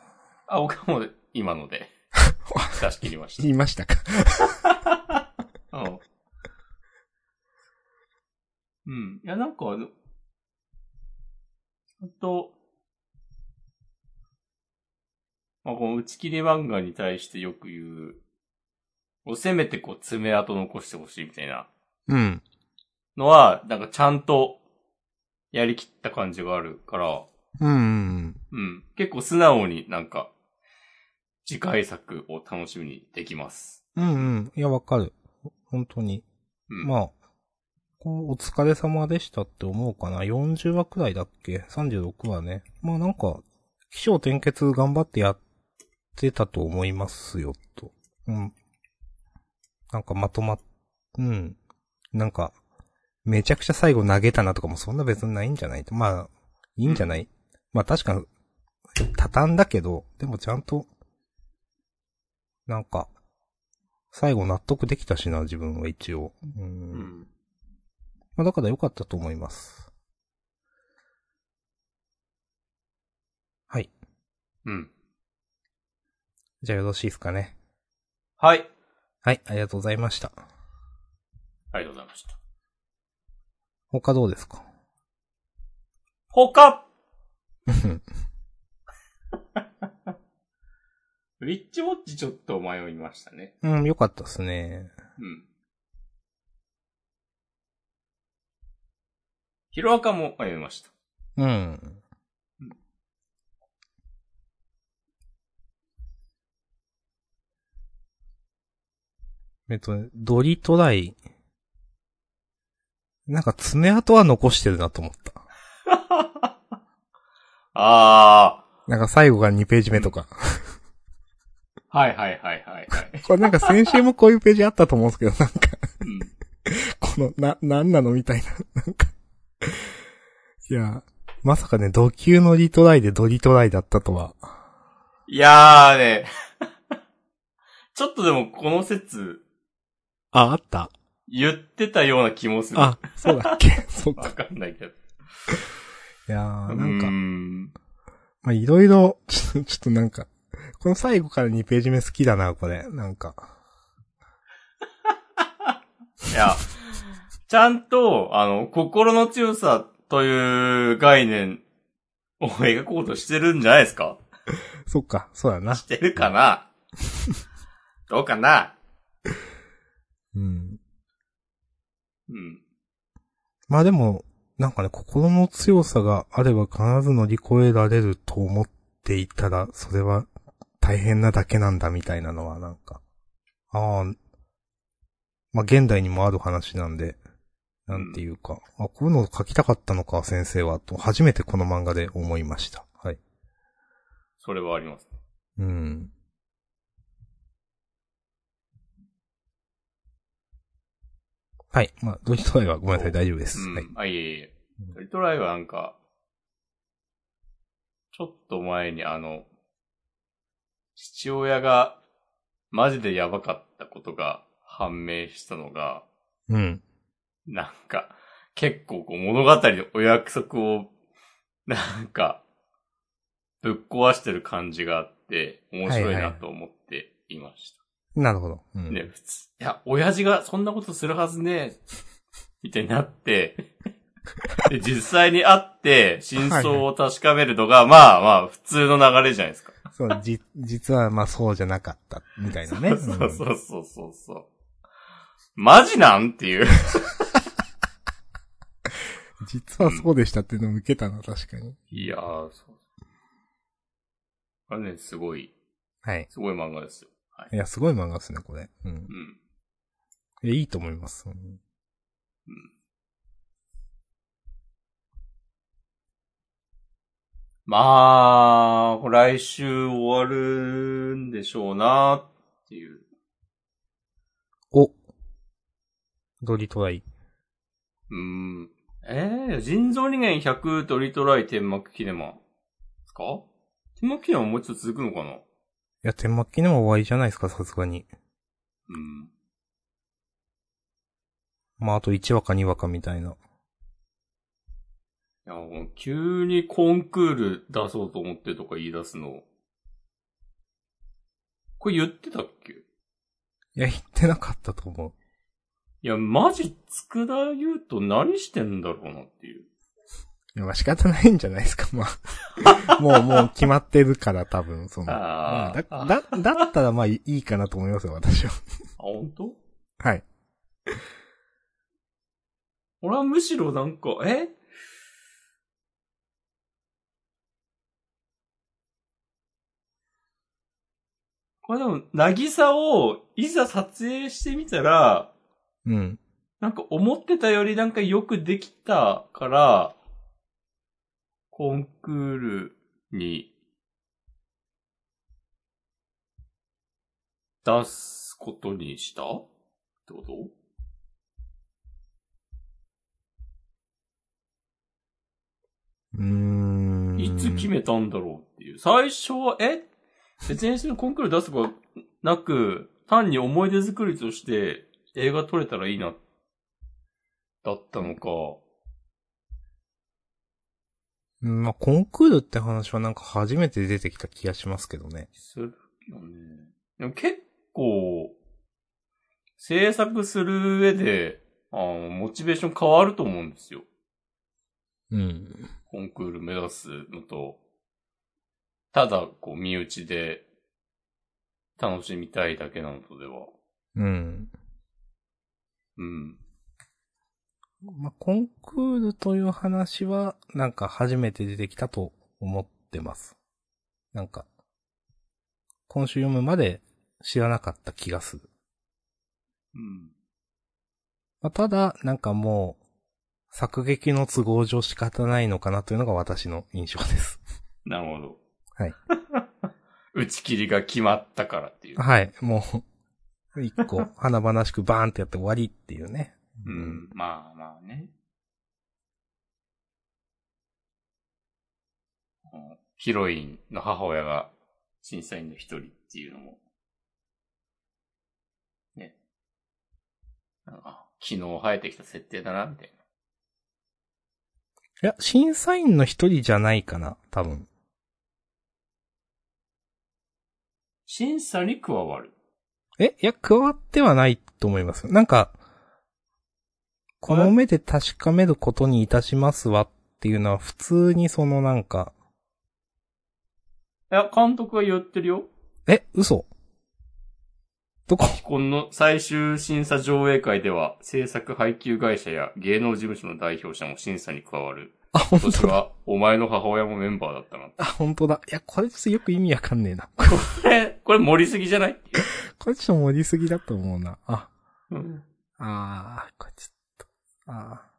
あ、僕はもう今の
[LAUGHS]
で、出し切りまし
言いましたか
た。うん。うん。いや、なんかあの、ちゃんと、まあ、この打ち切り漫画に対してよく言う、こうせめてこう爪痕残してほしいみたいな
うん。
のは、なんかちゃんとやりきった感じがあるから、
うんうん
うん。結構素直になんか、次回作を楽しみにできます。
うん。うんうん。いや、わかる。本当に。
うん。
まあ、こうお疲れ様でしたって思うかな。40話くらいだっけ ?36 話ね。まあなんか、気象転結頑張ってやってたと思いますよ、と。うん。なんかまとまっ、うん。なんか、めちゃくちゃ最後投げたなとかもそんな別にないんじゃないと。まあ、いいんじゃない、まあ確かに、畳んだけど、でもちゃんと、なんか、最後納得できたしな、自分は一応。うん
うん。
まあだから良かったと思います。はい。
うん。
じゃあよろしいですかね。
はい。
はい、ありがとうございました。
ありがとうございました。
他どうですか
[LAUGHS] 他ウィッチウォッチちょっと迷いましたね。
うん、良かったですね。
うん。ヒロアカも迷いました。
うん。えっとね、ドリトライ。なんか爪痕は残してるなと思った。
あ
なんか最後が2ページ目と [LAUGHS] か。
ー。はいはいはいはい [LAUGHS] はい。
これなんか先週もこういうページあったと思うんですけど、なんか、
うん。
この、な、なんなのみたいな、なんか。いや、まさかね、土球のリトライでドリトライだったとは。
いやーね。ちょっとでもこの説
あ、あった。
言ってたような気もする。
あ、そうだっけ [LAUGHS] そう
わ
か。
かんないけど。
いやー、なん
うー
か、
ん
まあ、いろいろ、 [LAUGHS] ちょちょっとなんか、この最後から2ページ目好きだな、これ。なんか。
いや、ちゃんと、あの、心の強さという概念を描こうとしてるんじゃないですか
そっか、そうだな
し。てるか
[LAUGHS]
などうかな
うん。
うん。
まあでも、なんかね、心の強さがあれば必ず乗り越えられると思っていたら、それは大変なだけなんだみたいなのはなんか、ああ、まあ現代にもある話なんで、なんていうか、あ、こういうの書きたかったのか、先生は、と初めてこの漫画で思いました。はい。
それはあります。
うん。はい。まあ、ドイツトライはごめんなさい、大丈夫です。
うん。
はい。
あ、いえいえ。トリトライはなんか、ちょっと前にあの、父親がマジでやばかったことが判明したのが、
うん。
なんか、結構こう物語でお約束を、なんか、ぶっ壊してる感じがあって、面白い
はい
な
はい
と思っていました。
なるほど。うん。
ね、普通。いや、親父がそんなことするはずねえ、みたいになって、 [LAUGHS] で、実際に会って、真相を確かめるのが、まあまあ、普通の流れじゃないですか。
そう、じ、 [LAUGHS] 実はまあそうじゃなかった、みたいな
[LAUGHS]
ね。
そうそうそうそうそう。マジなんっていう。
うん実はそうでしたっていうのも受けたな、確かに。
いやー、そうそう。あれね、すごい、
はい。
すごい漫画ですよ。
いや、すごい漫画ですね、これ。うん
う。ん。
いやいいと思います。うん
まあ、来週終わるんでしょうなっていう。
お。ドリトライ。
うん。ええー、人造人間100取りトライ天幕キネマ。ですか天幕キネマもうちょっと続くのかない
や、天幕機能は終わりじゃないですか、さすがに。
うん。
まあ、あと1話か2話かみたいな。
いや、もう急にコンクール出そうと思ってとか言い出すの。これ言ってたっけ
いや、言ってなかったと思う。
いや、マジ、つくだ言うと何してんだろうなっていう。
いや、まあ、仕方ないんじゃないですか、まあ。 [LAUGHS] もう、もう決まってるから、多分、その。
あー
まあだ、だ、だったらまあいいいかなと思いますよ、私は。
あ、本当？
はい。
俺はむしろなんか、えこれでも、なぎさを、いざ撮影してみたら、
うん。
なんか思ってたよりなんかよくできたから、コンクールに、出すことにしたってこと
うーん。
いつ決めたんだろうっていう。最初は、え別にそのコンクール出すとかなく、単に思い出作りとして映画撮れたらいいな、だったのか。
うんまあ、コンクールって話はなんか初めて出てきた気がしますけどね。
するよね。でも結構、制作する上で、あの、モチベーション変わると思うんですよ。
うん。
コンクール目指すのと、ただ、こう、身内で、楽しみたいだけなのとでは。
うん。
うん。
まあ、コンクールという話は、なんか初めて出てきたと思ってます。なんか、今週読むまで知らなかった気がする。
うん。
まあ、ただ、なんかもう、作劇の都合上仕方ないのかなというのが私の印象
[LAUGHS]
です。
なるほど。
はい。
[LAUGHS] 打ち切りが決まったからっていう。
はい、もう、一個、華々しくバーンってやって終わりっていうね。
う。ん。まあまあね。うんヒロインの母親が審査員の一人っていうのも。ね。なんか、昨日生えてきた設定だな、みたい
いや、審査員の一人じゃないかな、多分。
な。審査に加わる。
え、いや、加わってはないと思いますよ。なんか、この目で確かめることにいたしますわっていうのは普通にそのなんか、
いや、監督が言ってるよ。
え、嘘どこ
この最終審査上映会では、制作配給会社や芸能事務所の代表者も審査に加わる。
あ、本
今
当
年
だ。
は、お前の母親もメンバーだったな。
あ、本当だ。いや、これちょっとよく意味わかんねえな。
[LAUGHS] これ、これ盛りすぎじゃない
これちょっと盛りすぎだと思うな。あ、
うん。
あー、これちょっと、あ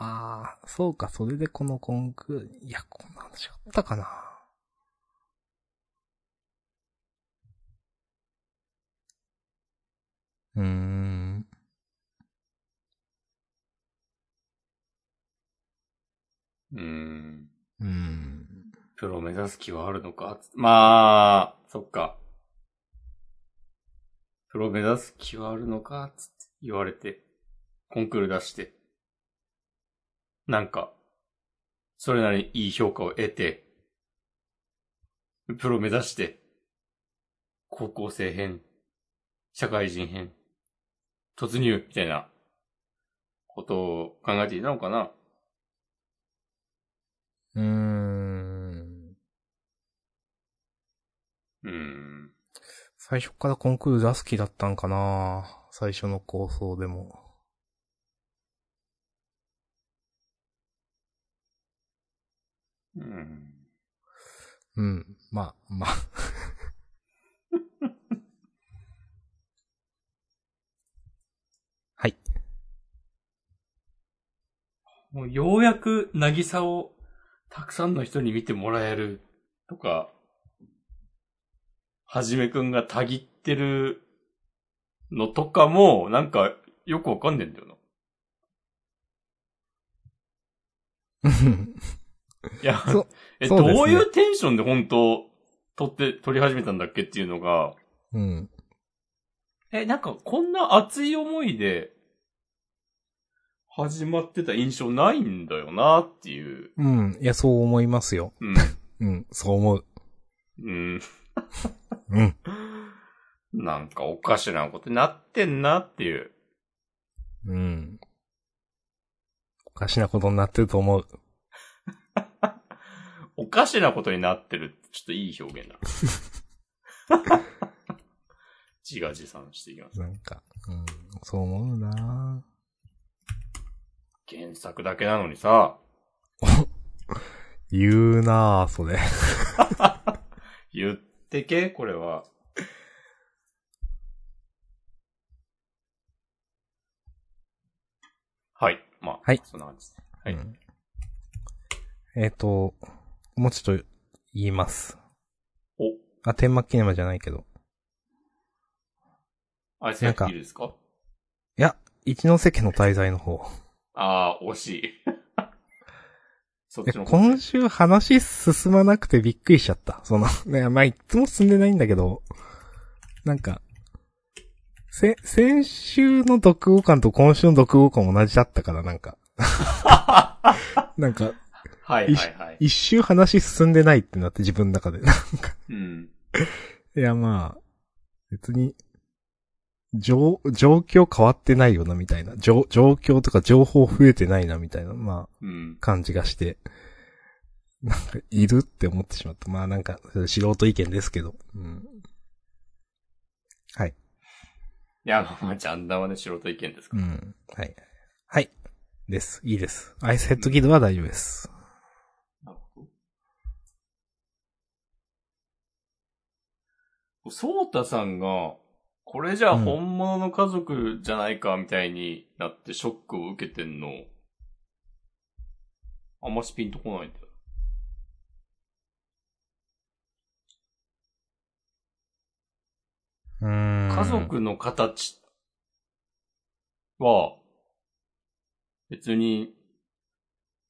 ー。あー、そうか、それでこのコンクール、いや、こんな話あったかな。うーん。
うん。
うーん。
プロを目指す気はあるのかまあ、そっか。プロを目指す気はあるのかつって言われて、コンクール出して、なんか、それなりにいい評価を得て、プロを目指して、高校生編、社会人編、突入、みたいな、ことを考えていたのかな
うーん。
うん。
最初からコンクール出す気だったんかな最初の構想でも。
うん。
うん。まあ、
[LAUGHS]
まあ。はい。
もうようやく、なぎさを、たくさんの人に見てもらえる、とか、はじめくんがたぎってるのとかも、なんか、よくわかんねえんだよな。いや、
そう
え、
そうですね
どういうテンションで本当、撮って、撮り始めたんだっけっていうのが、
うん。
え、なんかこんな熱い思いで、始まってた印象ないんだよなっていう。
うん。いや、そう思いますよ。
うん。
うん。そう思う。
うん。
うん。
なんかおかしなことになってんなっていう。
うん。おかしなことになってると思う。
おかしなことになってるってちょっといい表現だ。 [LAUGHS] 自画自賛していきます。
なんか。うん。そう思うな
原作だけなのにさ、
言うなぁ、それ。
言ってけ、これは。はい。まあ、
はい
そんな感じですね。はい
うんえっ、と、もうちょっと言います。
お。
あ、天幕記念まじゃないけど。
あれ、
なん
先
か
いいですか
いや、一ノ瀬家の滞在の方。
ああ、惜しい。 [LAUGHS] そっ
え
ちの方
今週話進まなくてびっくりしちゃった。その、ね、まあ、いつも進んでないんだけど、なんか、せ、先週の読語感と今週の読語感同じだったから、なんか。なんか、
はいはいはい。
一周話進んでないってなって自分の中で。 [LAUGHS]
うん。
いや、まあ、別に、状、状況変わってないよな、みたいな。状、状況とか情報増えてないな、みたいな、まあ、
うん。
感じがして、なんか、いるって思ってしまった。まあ、なんか、素人意見ですけど。うん。はい。
いや、まあまあ、ジャンダンはね、素人意見ですか
う
ら。
ん。はい。はい。です。いいです。アイスヘッドギルドは大丈夫です。
なるほど。そうたさんが、これじゃあ
うん
本物の家族じゃないか、みたいになってショックを受けてんの、あんましピンとこないんだよ。
うーん。
家族の形は、別に、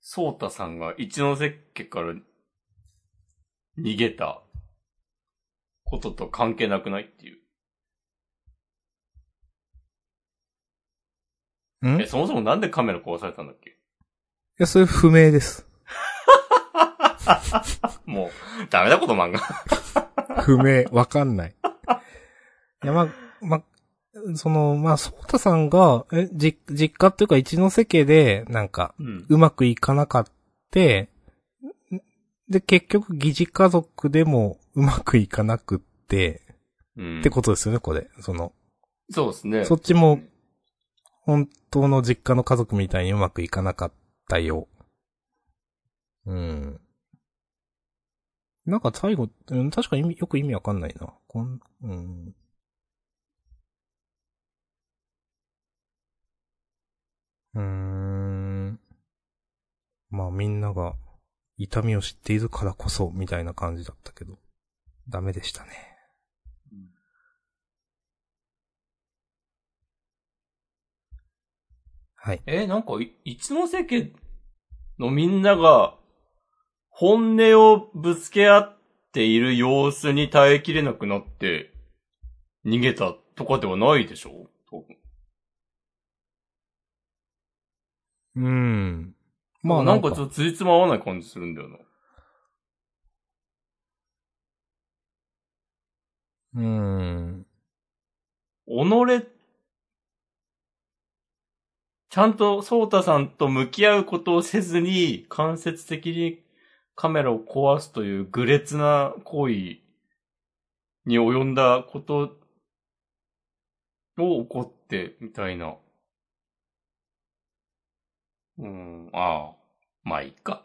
そうたさんが一ノ瀬家から逃げたことと関係なくないっていう。
ん
え、そもそもなんでカメラ壊されたんだっけ
いや、それ不明です。
もう、ダメだこと漫画。
不明、わかんない。いや、まあ、まあ、その、まあ、ソータさんが、え、じ、実家っていうか一ノ瀬家で、なんか、
うん。
うまくいかなかって、んで、結局、疑似家族でもうまくいかなくって、
うん、
ってことですよね、これ。その、
そうですね。
そっちも、本当の実家の家族みたいにうまくいかなかったよ。うん。なんか最後、うん、確かに意味よく意味わかんないな。こん、うん。うーん。まあみんなが痛みを知っているからこそ、みたいな感じだったけど、ダメでしたね。はい。
え、なんかい、一ノ瀬家のみんなが、本音をぶつけ合っている様子に耐えきれなくなって、逃げたとかではないでしょ多分
うん。まあ
なんかちょっとついつま合わない感じするんだよな。
うーん。
己、ちゃんとソータさんと向き合うことをせずに、間接的にカメラを壊すという愚劣な行為に及んだことを起こって、みたいな。うん、ああ、まあいいか。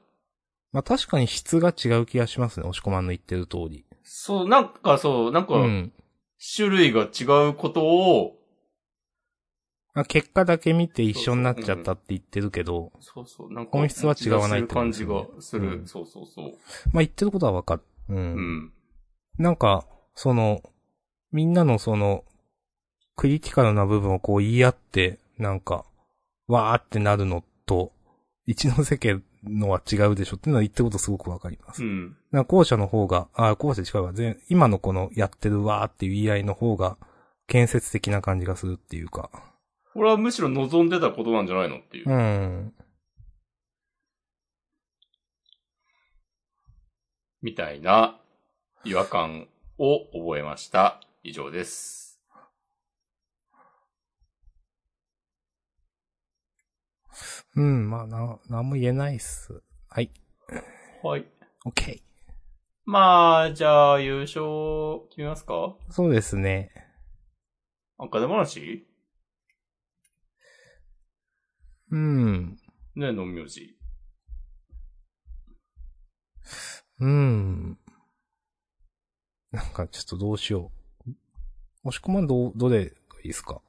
まあ確かに質が違う気がしますね、押し込まんの言ってる通り。
そう、なんかそう、なんか、
うん。
種類が違うことを、
まあ、結果だけ見て一緒になっちゃったって言ってるけど、
そうそう、なんか、
本質は違わないってこと
感
です
じ
よね
がする。
うん
そうそうそう。
まあ言ってることはわかる。う。
うんん。
なんか、その、みんなのその、クリティカルな部分をこう言い合って、なんか、わーってなるのと、一ノ瀬家のは違うでしょっていうのは言ってることすごくわかります
う。ん。
なんか後者の方が、ああ、後者近いわ。全今のこのやってるわーっていう言い合いの方が、建設的な感じがするっていうか。
これはむしろ望んでたことなんじゃないのっていうう。
ん。
みたいな違和感を覚えました。以上です。
うん、まあ、な、なんも言えないっす。はい。
はい。
オッケー。
まあ、じゃあ、優勝決めますか
そうですね。
あ、金話
うん。
ね、の名字。
うん。なんか、ちょっとどうしよう。押し込まんどう、どれがいいっすか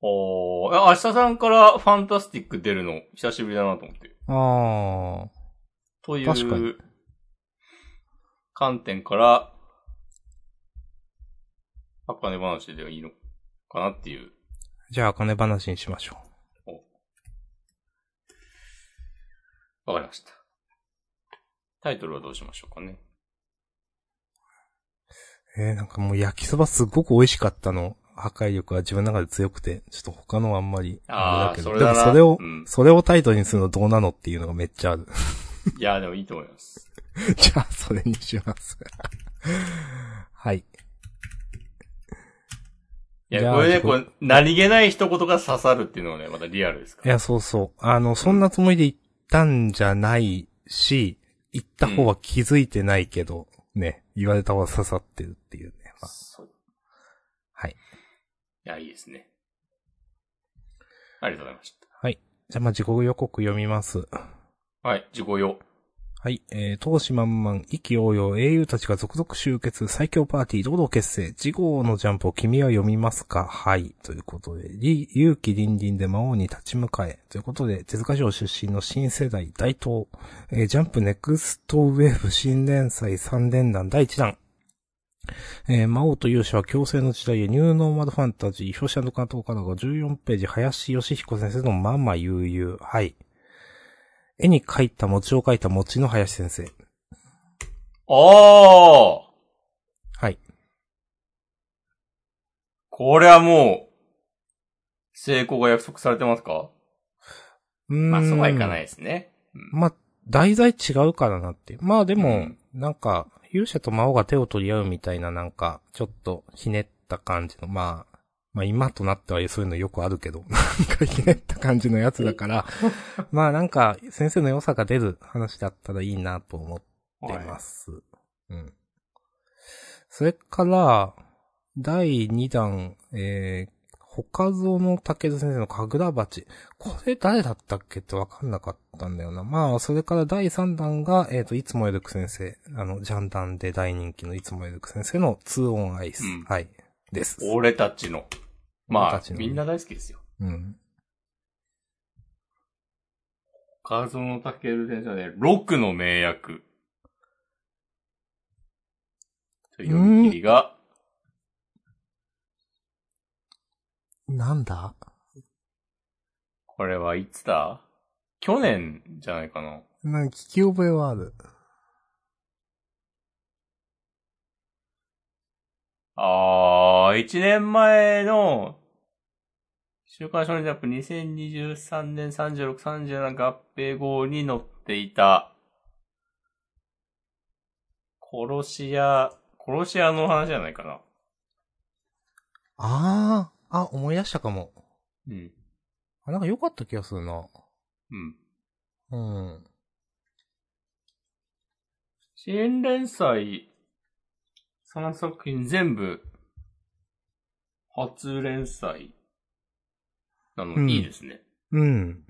おー、あ明日さんからファンタスティック出るの久しぶりだなと思って。
ああ。
とい
確かに
う観点から、あかね話でいいのかなっていう。
じゃあ、金話にしましょう。
わかりました。タイトルはどうしましょうかね。
えー、なんかもう焼きそばすごく美味しかったの。破壊力は自分の中で強くて、ちょっと他のはあんまり
あー
れけど
それだな
でもそれを、
うん
それをタイトルにするのどうなのっていうのがめっちゃある。 [LAUGHS]
いや、でもいいと思います。
じゃあ、それにします。 [LAUGHS] はい。
いや
じゃ、あ
これね、
ちょ
こう、何気ない一言が刺さるっていうのがね、またリアルですか
い
ら。
や、そうそう。あの、そんなつもりで行ったんじゃないし、行った方は気づいてないけど、ね、言われた方は刺さってるっていうね。まあ
そうい
はい。
や、いいですね。ありがとうございまし
はい。じゃあ、まあ、自己予告読みます。
た。はい、自己用。
はい、えー、闘志満々、意気揚々、英雄たちが続々集結、最強パーティー、堂々結成、次号のジャンプを君は読みますかはい。ということで、り勇気凛々で魔王に立ち向かえ。ということで、手塚賞出身の新世代大東、えージャンプネクストウェーブ新連載3連弾第1弾。えー魔王と勇者は強制の時代へニューノーマルファンタジー、表紙の関東からが14ページ、林義彦先生のママ悠々。はい。絵に描いた餅を描いた餅の林先生。
あー
はい。
これはもう、成功が約束されてますか
ま
まあ、そうはいかない
い。
ですね。うん
まあ、題材違うからなって。まあでも、
うん
なんか、勇者と魔王が手を取り合うみたいななんか、ちょっとひねった感じの、まあ、まあ今となってはそういうのよくあるけど、 [LAUGHS] なんかひねった感じのやつ
[LAUGHS]
だから、まあなんか、先生の良さが出る話だったらいいなと思ってってます。うん。それから、第2弾、えー、他園武田先生の神楽鉢。これ誰だったっけってわかんなかったんだよな。まあ、それから第3弾が、えっ、と、いつもエルク先生。あの、ジャンダンで大人気のいつもエルク先生の2オンアイス。
うん
はい。です。
俺たちの。ま
俺
あ
たち、の
みんな大好きですよ。
うん。
カーソンのタケル先生はね、六の名役。という読み切りが、
なんだ
これはいつだ去年じゃないかな。
なんか聞き覚えはある。
あー、一年前の、週刊少年ジャンプ2023年36、37合併号に載っていた、殺し屋、殺し屋の話じゃないかな。
あー、あ、思い出したかも。
うん。
あ、なんか良かった気がするな。
うん。
うん。
新連載3作品全部、初連載なの、
うん
いいですね。
うん。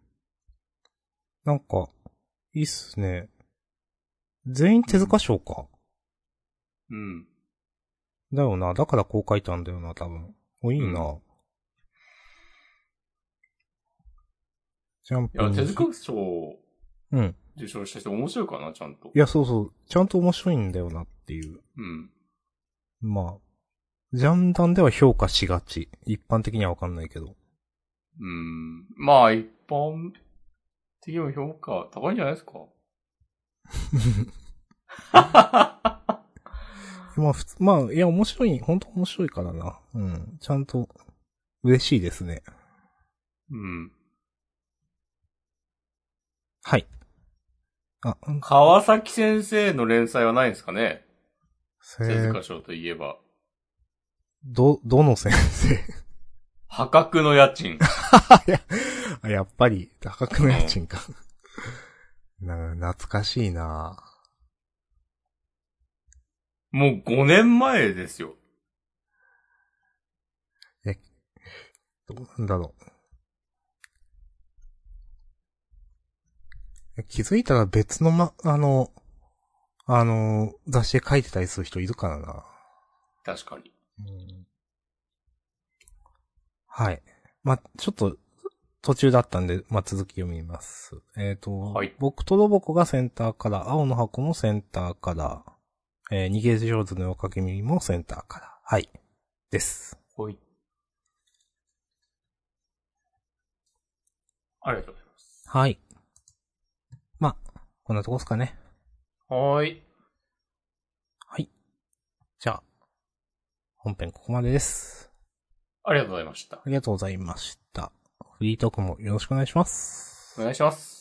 なんか、いいっすね。全員手塚賞か。
うん。
だよな。だからこう書いたんだよな、多分。お、いいな。ジャン
い
プ
や、
に。
手塚賞を
うん。
受賞した人面白いかな、ちゃんと。
いや、そうそう。ちゃんと面白いんだよなっていう。
うん。
まあ。ジャンダンでは評価しがち。一般的にはわかんないけど。
うん。まあ、一般的にも評価高いんじゃないですか。
まあ、普通、まあ、いや、面白い、本当面白いからな。うん。ちゃんと、嬉しいですね。
うん。
はい。あ、うん
川崎先生の連載はないんですかね
せ
手塚
ー、
賞といえば。
ど、どの先生
破格の家賃。
[LAUGHS] あやっぱり、高くの家賃か。な、懐かしいな
もう5年前ですよ。
どうなんだろう。え気づいたら別のま、あの、あの、雑誌で書いてたりする人いるからな。
確かに。
うんはい。まあ、ちょっと、途中だったんで、まあ、続き読みます。えっ、と、
はい
僕とロボコがセンターから、青の箱もセンターから、えー、逃げ上手の夜かけ耳もセンターから。はい。です。
はい。ありがとうございます。
はい。まあ、こんなとこですかね。
はーい。
じゃあ、本編ここまでです。
ありがとうございました
あ。りがとうございました。フリートークもよろしくお願いします。
お願いします。